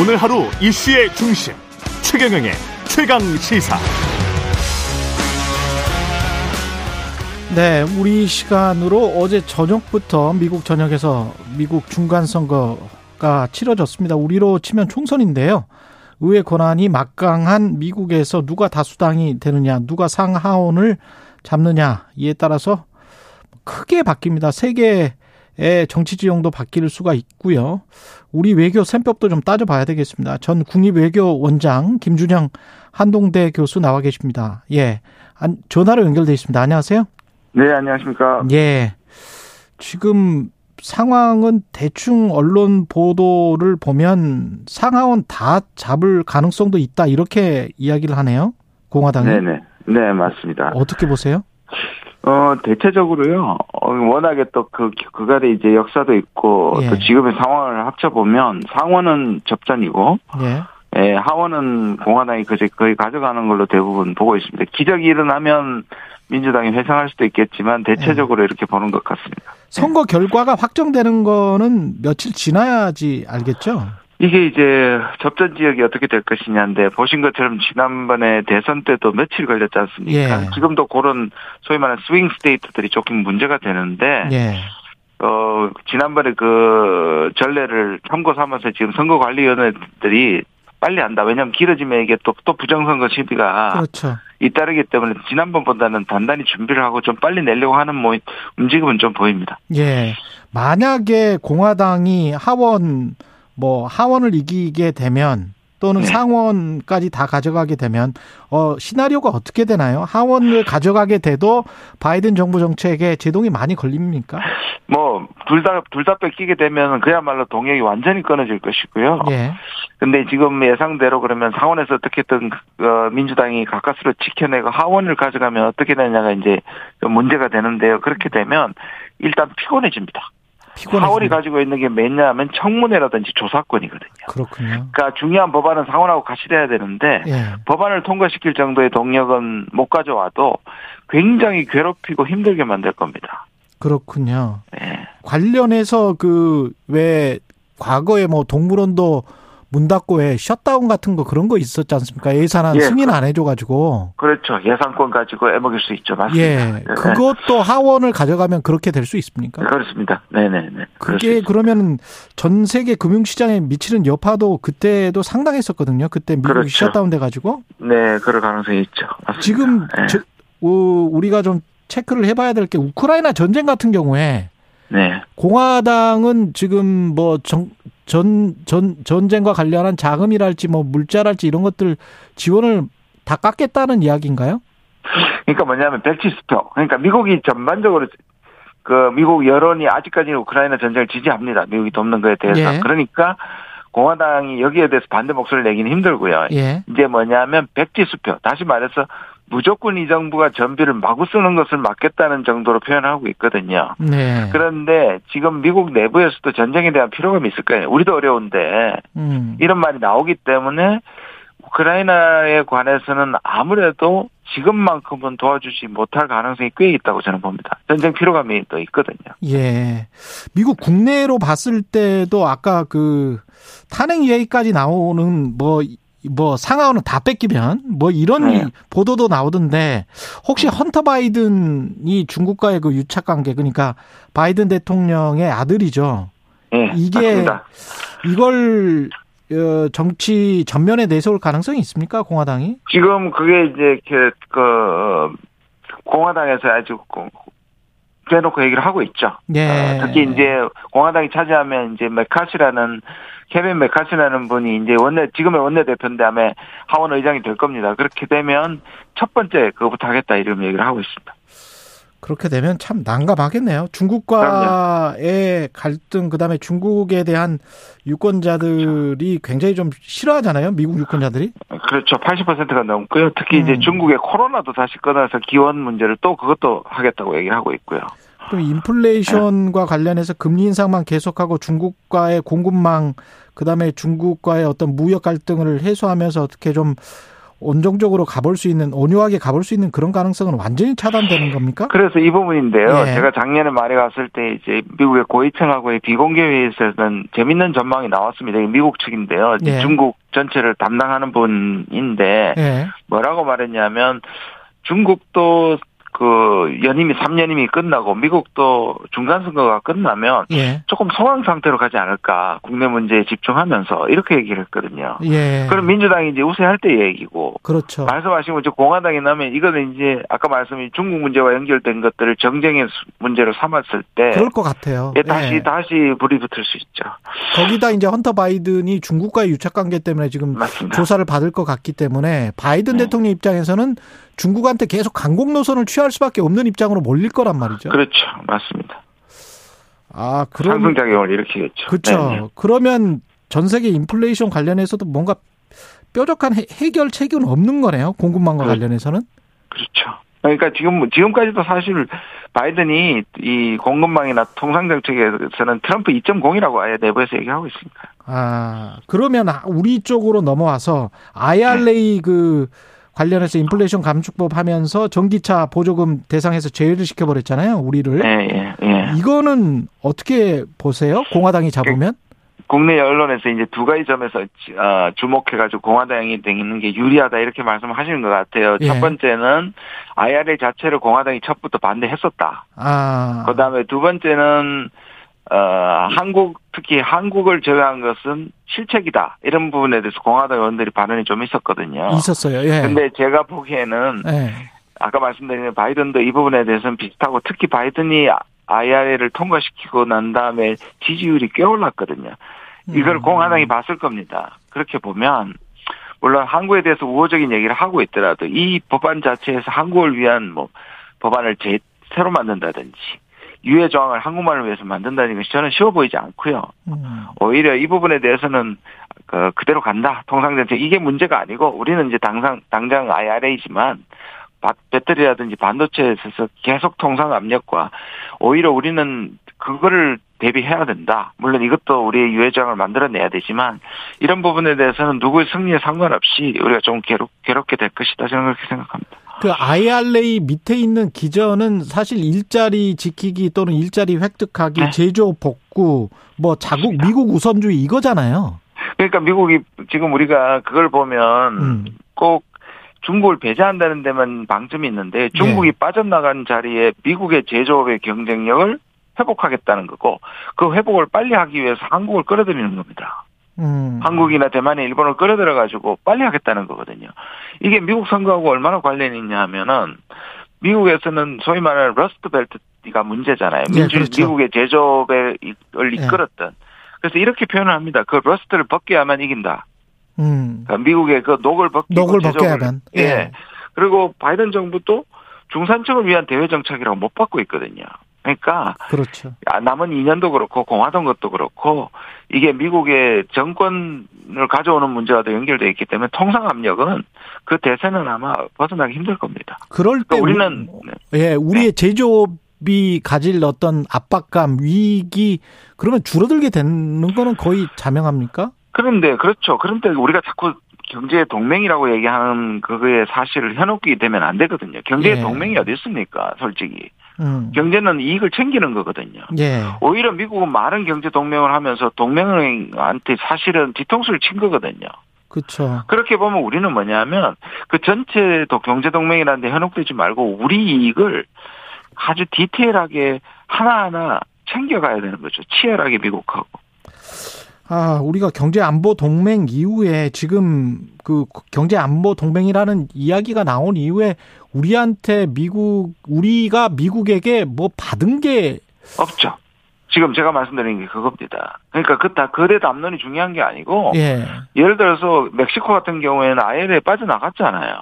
오늘 하루 이슈의 중심 최경영의 최강 시사. 네, 우리 시간으로 어제 저녁부터 미국 전역에서 미국 중간 선거가 치러졌습니다. 우리로 치면 총선인데요. 의회 권한이 막강한 미국에서 누가 다수당이 되느냐, 누가 상하원을 잡느냐 이에 따라서 크게 바뀝니다. 세계의 정치 지형도 바뀔 수가 있고요. 우리 외교 셈법도 좀 따져봐야 되겠습니다. 전 국립외교원장 김준영 한동대 교수 나와 계십니다. 예, 안- 전화로 연결돼 있습니다. 안녕하세요. 네, 안녕하십니까. 예. 지금 상황은 대충 언론 보도를 보면 상하원 다 잡을 가능성도 있다 이렇게 이야기를 하네요. 공화당이 네네. 네, 맞습니다. 어떻게 보세요? 어, 대체적으로요, 어, 워낙에 또 그, 그간의 이제 역사도 있고, 예. 또 지금의 상황을 합쳐보면, 상원은 접전이고, 예. 예, 하원은 공화당이 그제 거의 가져가는 걸로 대부분 보고 있습니다. 기적이 일어나면 민주당이 회상할 수도 있겠지만, 대체적으로 이렇게 보는 것 같습니다. 선거 결과가 확정되는 거는 며칠 지나야지 알겠죠. 이게 이제 접전 지역이 어떻게 될 것이냐인데, 보신 것처럼 지난번에 대선 때도 며칠 걸렸지 않습니까? 예. 지금도 그런 소위 말하는 스윙 스테이트들이 조금 문제가 되는데, 예. 어, 지난번에 그 전례를 참고 삼아서 지금 선거관리위원회들이 빨리 한다. 왜냐하면 길어지면 이게 또, 또 부정선거 시비가 그렇죠. 잇따르기 때문에 지난번보다는 단단히 준비를 하고 좀 빨리 내려고 하는 뭐 움직임은 좀 보입니다. 예. 만약에 공화당이 하원 뭐 하원을 이기게 되면 또는 네. 상원까지 다 가져가게 되면 어 시나리오가 어떻게 되나요? 하원을 가져가게 돼도 바이든 정부 정책에 제동이 많이 걸립니까? 뭐, 둘 다, 둘 다 뺏기게 되면 그야말로 동력이 완전히 끊어질 것이고요. 예. 근데 지금 예상대로 그러면 상원에서 어떻게든, 어, 민주당이 가까스로 지켜내고 하원을 가져가면 어떻게 되냐가 이제 좀 문제가 되는데요. 그렇게 되면 일단 피곤해집니다. 피곤해. 사월이 가지고 있는 게 뭐냐면 청문회라든지 조사권이거든요. 그렇군요. 그러니까 중요한 법안은 상원하고 같이 돼야 되는데 예. 법안을 통과시킬 정도의 동력은 못 가져와도 굉장히 괴롭히고 힘들게 만들 겁니다. 그렇군요. 예. 관련해서 그 왜 과거에 뭐 동물원도 문 닫고 왜 셧다운 같은 거 그런 거 있었지 않습니까? 예산안 예. 승인 안 해줘 가지고 그렇죠. 예산권 가지고 애먹일 수 있죠. 맞습니다. 예. 네. 그것도 하원을 가져가면 그렇게 될 수 있습니까? 그렇습니다. 네네네. 그럴 수 그게 있- 그러면 전 세계 금융시장에 미치는 여파도 그때도 상당했었거든요. 그때 미국이 그렇죠. 셧다운 돼가지고. 네, 그럴 가능성이 있죠. 맞습니다. 지금 예. 저- 어, 우리가 좀 체크를 해봐야 될 게 우크라이나 전쟁 같은 경우에 네. 공화당은 지금 뭐 전, 전, 전, 전쟁과 관련한 자금이랄지 뭐 물자랄지 이런 것들 지원을 다 깎겠다는 이야기인가요? 그러니까 뭐냐면 170표. 그러니까 미국이 전반적으로 그 미국 여론이 아직까지는 우크라이나 전쟁을 지지합니다. 미국이 돕는 거에 대해서. 예. 그러니까 공화당이 여기에 대해서 반대 목소리를 내기는 힘들고요. 예. 이제 뭐냐면 백지수표. 다시 말해서 무조건 이 정부가 전비를 마구 쓰는 것을 막겠다는 정도로 표현하고 있거든요. 네. 그런데 지금 미국 내부에서도 전쟁에 대한 피로감이 있을 거예요. 우리도 어려운데 음. 이런 말이 나오기 때문에 우크라이나에 관해서는 아무래도 지금만큼은 도와주지 못할 가능성이 꽤 있다고 저는 봅니다. 전쟁 피로감이 또 있거든요. 예. 미국 국내로 봤을 때도 아까 그 탄핵 얘기까지 나오는 뭐, 이- 뭐 상하원은 다 뺏기면 뭐 이런 네. 보도도 나오던데 혹시 헌터 바이든이 중국과의 그 유착 관계 그러니까 바이든 대통령의 아들이죠. 예, 이게- 맞습니다. 이걸 어, 정치 전면에 내세울 가능성이 있습니까? 공화당이? 지금 그게 이제 이렇게 그 어, 공화당에서 아주 고- 대놓고 얘기를 하고 있죠. 예. 어, 특히 이제 공화당이 차지하면 이제 메카시라는 케빈 메카시라는 분이 이제 원내 지금의 원내 대표인데 아마 하원 의장이 될 겁니다. 그렇게 되면 첫 번째 그거부터 하겠다 이런 얘기를 하고 있습니다. 그렇게 되면 참 난감하겠네요. 중국과의 갈등, 그 다음에 중국에 대한 유권자들이 굉장히 좀 싫어하잖아요. 미국 유권자들이. 그렇죠. 80%가 넘고요. 그 특히 이제 음. 중국의 코로나도 다시 꺼내서 기원 문제를 또 그것도 하겠다고 얘기를 하고 있고요. 그럼 인플레이션과 관련해서 금리 인상만 계속하고 중국과의 공급망, 그 다음에 중국과의 어떤 무역 갈등을 해소하면서 어떻게 좀 온정적으로 가볼 수 있는 온유하게 가볼 수 있는 그런 가능성은 완전히 차단되는 겁니까? 그래서 이 부분인데요. 예. 제가 작년에 말에 갔을 때 이제 미국의 고위층하고의 비공개 회의에서는 재밌는 전망이 나왔습니다. 이게 미국 측인데요. 예. 중국 전체를 담당하는 분인데 예. 뭐라고 말했냐면 중국도 그 연임이 3년임이 끝나고 미국도 중간 선거가 끝나면 예. 조금 소강 상태로 가지 않을까 국내 문제에 집중하면서 이렇게 얘기를 했거든요. 예. 그럼 민주당이 이제 우세할 때 얘기고 그렇죠. 말씀하신 것처럼 공화당이 나면 이거는 이제 아까 말씀이 중국 문제와 연결된 것들을 정쟁의 수- 문제로 삼았을 때 그럴 것 같아요. 예, 다시 그렇죠. 예. 다시 불이 붙을 수 있죠. 거기다 이제 헌터 바이든이 중국과의 유착 관계 때문에 지금 맞습니다. 조사를 받을 것 같기 때문에 바이든 네. 대통령 입장에서는 중국한테 계속 강공 노선을 취할 수밖에 없는 입장으로 몰릴 거란 말이죠. 그렇죠, 맞습니다. 아, 그럼 상승 작용을 일으키겠죠. 그렇죠. 네, 네. 그러면 전 세계 인플레이션 관련해서도 뭔가 뾰족한 해- 해결책은 없는 거네요. 공급망과 그렇- 관련해서는. 그렇죠. 그러니까 지금 지금까지도 사실 바이든이 이 공급망이나 통상 정책에서는 트럼프 2.0이라고 아예 내부에서 얘기하고 있으니까. 아, 그러면 아- 우리 쪽으로 넘어와서 IRA 네. 그 관련해서 인플레이션 감축법 하면서 전기차 보조금 대상에서 제외를 시켜버렸잖아요. 우리를. 예, 예, 예. 이거는 어떻게 보세요? 공화당이 잡으면? 국내 언론에서 이제 두 가지 점에서 어, 주목해가지고 공화당이 되는 게 유리하다 이렇게 말씀하시는 것 같아요. 예. 첫 번째는 IRA 자체를 공화당이 첫부터 반대했었다. 아. 그다음에 두 번째는 어, 한국 특히 한국을 제외한 것은 실책이다 이런 부분에 대해서 공화당 의원들이 반응이 좀 있었거든요. 있었어요. 예. 근데 제가 보기에는 예. 아까 말씀드린 바이든도 이 부분에 대해서는 비슷하고 특히 바이든이 IRA를 통과시키고 난 다음에 지지율이 꽤 올랐거든요. 이걸 음. 공화당이 봤을 겁니다. 그렇게 보면 물론 한국에 대해서 우호적인 얘기를 하고 있더라도 이 법안 자체에서 한국을 위한 뭐 법안을 제, 새로 만든다든지 유해 조항을 한국만을 위해서 만든다는 것이 저는 쉬워 보이지 않고요. 음. 오히려 이 부분에 대해서는 그 그대로 간다. 통상정책 이게 문제가 아니고 우리는 이제 당장 당장 IRA지만 배터리라든지 반도체에 있어서 계속 통상 압력과 오히려 우리는 그거를 대비해야 된다. 물론 이것도 우리의 유해장을 만들어내야 되지만 이런 부분에 대해서는 누구의 승리에 상관없이 우리가 좀 괴롭, 괴롭게 될 것이다. 저는 그렇게 생각합니다. 그 IRA 밑에 있는 기저는 사실 일자리 지키기 또는 일자리 획득하기, 네. 제조 복구, 뭐 자국 맞습니다. 미국 우선주의 이거잖아요. 그러니까 미국이 지금 우리가 그걸 보면 음. 꼭 중국을 배제한다는 데만 방점이 있는데 중국이 네. 빠져나간 자리에 미국의 제조업의 경쟁력을 회복하겠다는 거고 그 회복을 빨리 하기 위해서 한국을 끌어들이는 겁니다. 음. 한국이나 대만에 일본을 끌어들여 가지고 빨리 하겠다는 거거든요. 이게 미국 선거하고 얼마나 관련이 있냐 하면은 미국에서는 소위 말하는 러스트 벨트가 문제잖아요. 예, 민주- 그렇죠. 네. 미국의 제조업을 이끌었던. 그래서 이렇게 표현을 합니다. 그 러스트를 벗겨야만 이긴다. 음. 그러니까 미국의 그 녹을 벗기고 녹을 제조업을- 벗겨야만. 예. 그리고 바이든 정부도 중산층을 위한 대외 정책이라고 못 받고 있거든요. 그러니까 그렇죠. 아, 남은 2년도 그렇고 공화당 것도 그렇고 이게 미국의 정권을 가져오는 문제와도 연결돼 있기 때문에 통상 압력은 그 대세는 아마 벗어나기 힘들 겁니다. 그럴 때 그러니까 우리는 예, 우리의 제조업이 가질 어떤 압박감, 위기 그러면 줄어들게 되는 거는 거의 자명합니까? 그런데 그렇죠. 그런데 우리가 자꾸 경제 동맹이라고 얘기하는 그거의 사실을 현혹이 되면 안 되거든요. 경제 예. 동맹이 어디 있습니까? 솔직히 음. 경제는 이익을 챙기는 거거든요. 예. 오히려 미국은 많은 경제 동맹을 하면서 동맹한테 사실은 뒤통수를 친 거거든요. 그렇죠. 그렇게 보면 우리는 뭐냐면 그 전체 도- 경제 동맹이라는 데 현혹되지 말고 우리 이익을 아주 디테일하게 하나하나 챙겨가야 되는 거죠. 치열하게 미국하고. 아, 우리가 경제 안보 동맹 이후에 지금 그 경제 안보 동맹이라는 이야기가 나온 이후에 우리한테 미국 우리가 미국에게 뭐 받은 게 없죠. 지금 제가 말씀드린 게 그겁니다. 그러니까 그다 거대 담론이 중요한 게 아니고 예. 예를 들어서 멕시코 같은 경우에는 IMF에 빠져나갔잖아요.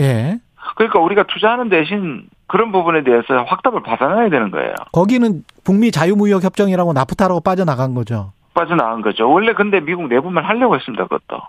예. 그러니까 우리가 투자하는 대신 그런 부분에 대해서 확답을 받아놔야 되는 거예요. 거기는 북미 자유무역 협정이라고 나프타로 빠져나간 거죠. 빠져나간 거죠. 원래 근데 미국 내부만 하려고 했습니다, 그것도.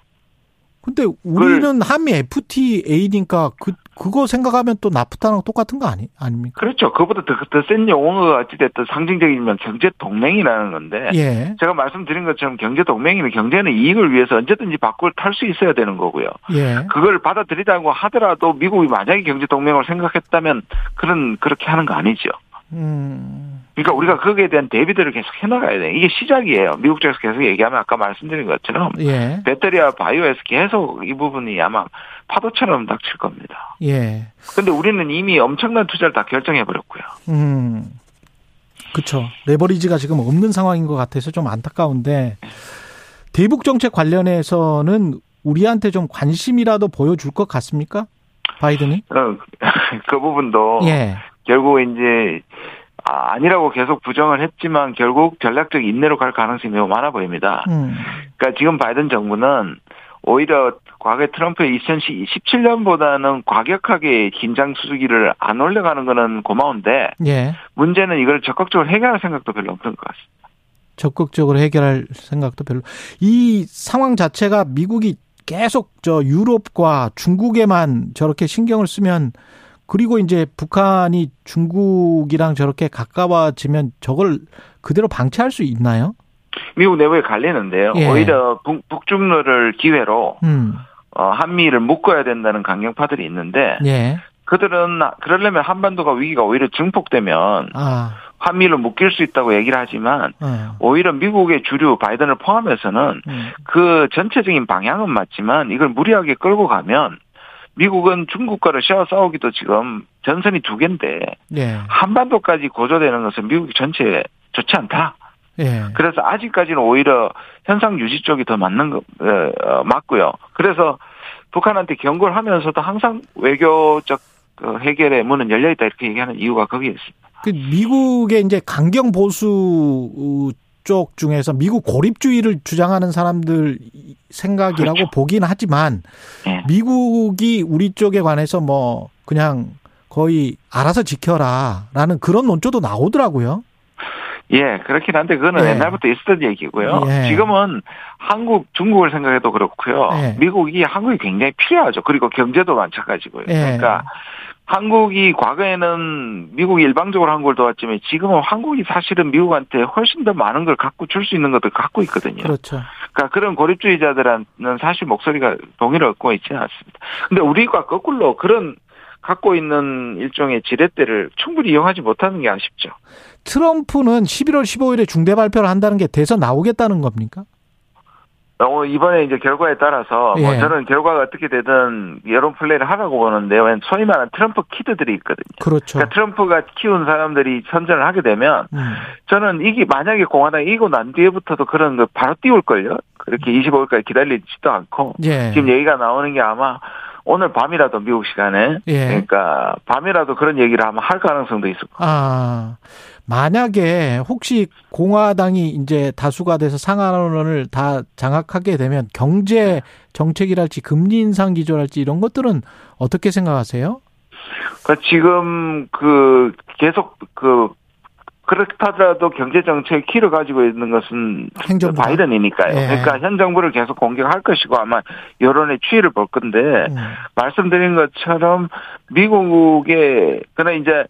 근데 우리는 한미 FTA니까 그 그거 생각하면 또 나프타랑 똑같은 거 아니 아닙니까? 그렇죠. 그보다 더센 용어가 어찌됐든 상징적이면 경제 동맹이라는 건데 예. 제가 말씀드린 것처럼 경제 동맹이면 경제는 이익을 위해서 언제든지 밖을 탈 수 있어야 되는 거고요. 예. 그걸 받아들이자고 하더라도 미국이 만약에 경제 동맹을 생각했다면 그런 그렇게 하는 거 아니죠. 음. 그러니까 우리가 거기에 대한 대비들을 계속 해나가야 돼. 이게 시작이에요. 미국 쪽에서 계속 얘기하면 아까 말씀드린 것처럼 예. 배터리와 바이오에서 계속 이 부분이 아마 파도처럼 닥칠 겁니다. 예. 근데 우리는 이미 엄청난 투자를 다 결정해 버렸고요. 음. 그렇죠. 레버리지가 지금 없는 상황인 것 같아서 좀 안타까운데 대북 정책 관련해서는 우리한테 좀 관심이라도 보여줄 것 같습니까? 바이든이? 어, 그 부분도 예. 결국 이제 아, 아니라고 계속 부정을 했지만 결국 전략적 인내로 갈 가능성이 매우 많아 보입니다. 음. 그러니까 지금 바이든 정부는 오히려 과거에 트럼프의 2017년보다는 과격하게 긴장 수수기를 안 올려가는 거는 고마운데 예. 문제는 이걸 적극적으로 해결할 생각도 별로 없는 것 같습니다. 적극적으로 해결할 생각도 별로. 이 상황 자체가 미국이 계속 저 유럽과 중국에만 저렇게 신경을 쓰면 그리고 이제 북한이 중국이랑 저렇게 가까워지면 저걸 그대로 방치할 수 있나요? 미국 내부에 갈리는데요. 예. 오히려 북, 북중러를 기회로 음. 어, 한미를 묶어야 된다는 강경파들이 있는데 예. 그들은 그러려면 한반도가 위기가 오히려 증폭되면 아. 한미를 묶일 수 있다고 얘기를 하지만 어. 오히려 미국의 주류 바이든을 포함해서는 음. 그 전체적인 방향은 맞지만 이걸 무리하게 끌고 가면 미국은 중국과 러시아 싸우기도 지금 전선이 두 개인데 예. 한반도까지 고조되는 것은 미국 전체에 좋지 않다. 예. 그래서 아직까지는 오히려 현상 유지 쪽이 더 맞는 거 에, 어, 맞고요. 그래서 북한한테 경고를 하면서도 항상 외교적 그 해결의 문은 열려 있다 이렇게 얘기하는 이유가 거기에 있습니다. 그 미국의 이제 강경 보수 쪽 중에서 미국 고립주의를 주장하는 사람들 생각이라고 그렇죠. 보긴 하지만 예. 미국이 우리 쪽에 관해서 뭐 그냥 거의 알아서 지켜라라는 그런 논조도 나오더라고요. 예, 그렇긴 한데 그거는 예. 옛날부터 있었던 얘기고요. 예. 지금은 한국, 중국을 생각해도 그렇고요. 예. 미국이 한국이 굉장히 필요하죠. 그리고 경제도 마찬가지고요. 예. 그러니까 한국이 과거에는 미국이 일방적으로 한국을 도왔지만 지금은 한국이 사실은 미국한테 훨씬 더 많은 걸 갖고 줄 수 있는 것도 갖고 있거든요. 그렇죠. 그러니까 그런 고립주의자들은 사실 목소리가 동의를 얻고 있지는 않습니다. 근데 우리가 거꾸로 그런 갖고 있는 일종의 지렛대를 충분히 이용하지 못하는 게 아쉽죠. 트럼프는 11월 15일에 중대 발표를 한다는 게 돼서 나오겠다는 겁니까? 어, 이번에 이제 결과에 따라서 뭐 예. 저는 결과가 어떻게 되든 여론 플레이를 하라고 보는데 왜 소위 말하는 트럼프 키드들이 있거든요. 그렇죠. 그러니까 트럼프가 키운 사람들이 선전을 하게 되면 음. 저는 이게 만약에 공화당이 이기고 난 뒤에부터도 그런 거 바로 띄울걸요. 그렇게 25일까지 기다리지도 않고 예. 지금 얘기가 나오는 게 아마 오늘 밤이라도 미국 시간에 예. 그러니까 밤이라도 그런 얘기를 아마 할 가능성도 있을 거예요. 아, 만약에 혹시 공화당이 이제 다수가 돼서 상한원을 다 장악하게 되면 경제 정책이랄지 금리 인상 기조랄지 이런 것들은 어떻게 생각하세요? 그러니까 지금 그 계속 그 그렇다더라도 경제 정책의 키를 가지고 있는 것은 행정부가? 바이든이니까요. 예. 그러니까 현 정부를 계속 공격할 것이고 아마 여론의 추이를 볼 건데 음. 말씀드린 것처럼 미국의 그러나 이제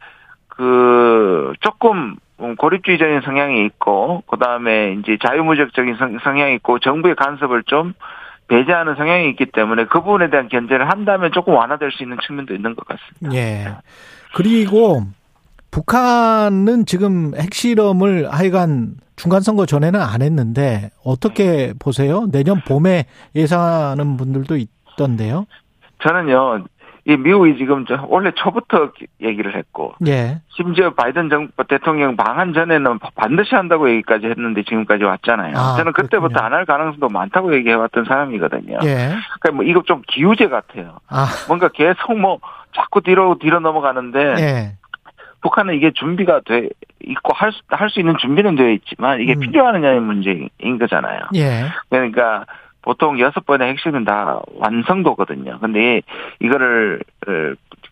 그 조금 음, 고립주의적인 성향이 있고 그다음에 이제 자유무역적인 성- 성향이 있고 정부의 간섭을 좀 배제하는 성향이 있기 때문에 그 부분에 대한 견제를 한다면 조금 완화될 수 있는 측면도 있는 것 같습니다. 예. 그리고 북한은 지금 핵실험을 하여간 중간선거 전에는 안 했는데 어떻게 보세요? 내년 봄에 예상하는 분들도 있던데요. 저는요, 이 미국이 지금 저- 원래 초부터 기- 얘기를 했고 예. 심지어 바이든 정부 대통령 방한 전에는 바- 반드시 한다고 얘기까지 했는데 지금까지 왔잖아요. 아, 저는 그때부터 그렇군요. 안 할 가능성도 많다고 얘기해왔던 사람이거든요. 예. 그러니까 뭐 이거 좀 기우제 같아요. 아, 뭔가 계속 뭐 자꾸 뒤로 뒤로 넘어가는데 예. 북한은 이게 준비가 돼 있고 할 수 할 수 있는 준비는 되어 있지만 이게 음. 필요하느냐의 문제인 거잖아요. 예. 그러니까 보통 여섯 번의 핵심은 다 완성도거든요. 근데 이- 이거를 어,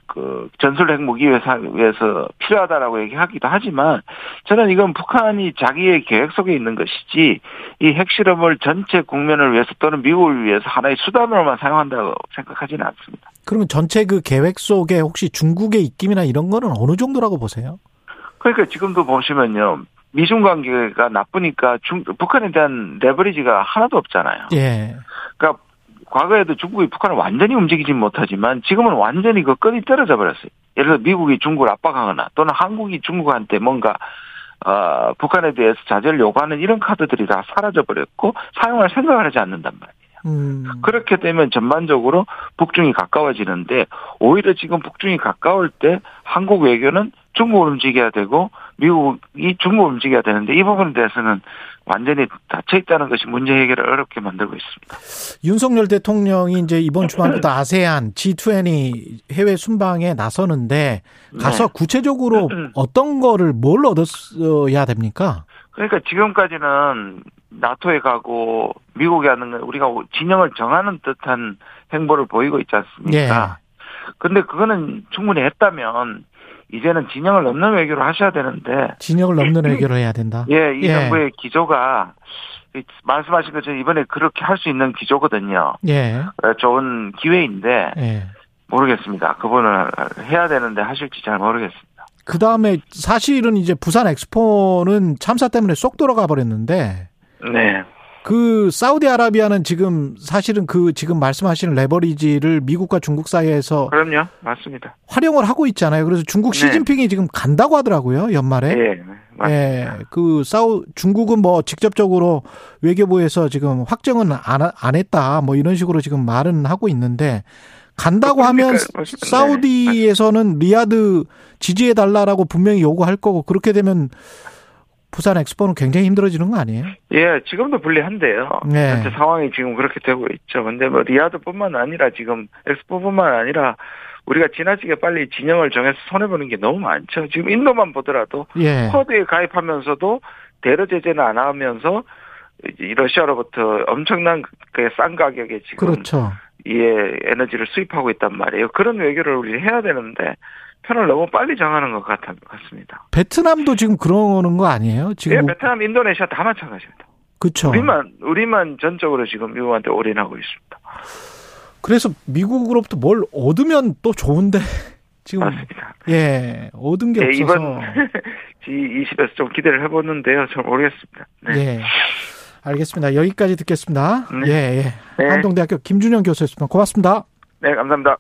그 전술 핵무기 위해서, 위해서 필요하다라고 얘기하기도 하지만 저는 이건 북한이 자기의 계획 속에 있는 것이지 이 핵실험을 전체 국면을 위해서 또는 미국을 위해서 하나의 수단으로만 사용한다고 생각하지는 않습니다. 그러면 전체 그 계획 속에 혹시 중국의 입김이나 이런 거는 어느 정도라고 보세요? 그러니까 지금도 보시면요. 미중 관계가 나쁘니까 중, 북한에 대한 레버리지가 하나도 없잖아요. 예. 그러니까 과거에도 중국이 북한을 완전히 움직이진 못하지만 지금은 완전히 그 끈이 떨어져 버렸어요. 예를 들어 미국이 중국을 압박하거나 또는 한국이 중국한테 뭔가 어, 북한에 대해서 자제를 요구하는 이런 카드들이 다 사라져 버렸고 사용할 생각을 하지 않는단 말이에요. 음. 그렇게 되면 전반적으로 북중이 가까워지는데 오히려 지금 북중이 가까울 때 한국 외교는 중국을 움직여야 되고 미국이 중국을 움직여야 되는데 이 부분에 대해서는 완전히 닫혀 있다는 것이 문제 해결을 어렵게 만들고 있습니다. 윤석열 대통령이 이제 이번 주말부터 아세안 G20 해외 순방에 나서는데 네. 가서 구체적으로 어떤 거를 뭘 얻었어야 됩니까? 그러니까 지금까지는 나토에 가고 미국에 가는 건 우리가 진영을 정하는 듯한 행보를 보이고 있지 예. 않습니까? 근데 그거는 충분히 했다면 이제는 진영을 넘는 외교를 하셔야 되는데 진영을 넘는 외교를 해야 된다. 예, 이 정부의 기조가 말씀하신 것처럼 이번에 그렇게 할 수 있는 기조거든요. 예. 좋은 기회인데 예. 모르겠습니다. 그분을 해야 되는데 하실지 잘 모르겠습니다. 그 다음에 사실은 이제 부산 엑스포는 참사 때문에 쏙 돌아가 버렸는데 네. 그 사우디아라비아는 지금 사실은 그 지금 말씀하시는 레버리지를 미국과 중국 사이에서 그럼요. 맞습니다. 활용을 하고 있잖아요. 그래서 중국 네. 시진핑이 지금 간다고 하더라고요. 연말에. 예. 맞- 예, 그 사우 중국은 뭐 직접적으로 외교부에서 지금 확정은 안, 하- 안 했다 뭐 이런 식으로 지금 말은 하고 있는데 간다고 하면 그러니까요. 네. 사우디에서는 리야드 지지해 달라라고 분명히 요구할 거고 그렇게 되면 부산 엑스포는 굉장히 힘들어지는 거 아니에요? 예, 지금도 불리한데요. 네. 현재 상황이 지금 그렇게 되고 있죠. 근데 뭐 리아드뿐만 아니라 지금 엑스포뿐만 아니라 우리가 지나치게 빨리 진영을 정해서 손해 보는 게 너무 많죠. 지금 인도만 보더라도 예. 쿼드에 가입하면서도 대러 제재는 안 하면서 이제 이 러시아로부터 엄청난 그 싼 가격에 지금 그렇죠. 예, 에너지를 수입하고 있단 말이에요. 그런 외교를 우리 해야 되는데 편을 너무 빨리 정하는 것 같, 같습니다. 베트남도 지금 그러는 거 아니에요? 예, 지금 뭐 베트남, 인도네시아 다 마찬가지입니다. 그렇죠. 우리만 우리만 전적으로 지금 미국한테 올인하고 있습니다. 그래서 미국으로부터 뭘 얻으면 또 좋은데 지금 맞습니다. 예 얻은 게 예, 없어서 이번 G20에서 좀 기대를 해보는데요. 잘 모르겠습니다. 네. 예. 알겠습니다. 여기까지 듣겠습니다. 네. 예, 예. 네. 한동대학교 김준영 교수였습니다. 고맙습니다. 네, 감사합니다.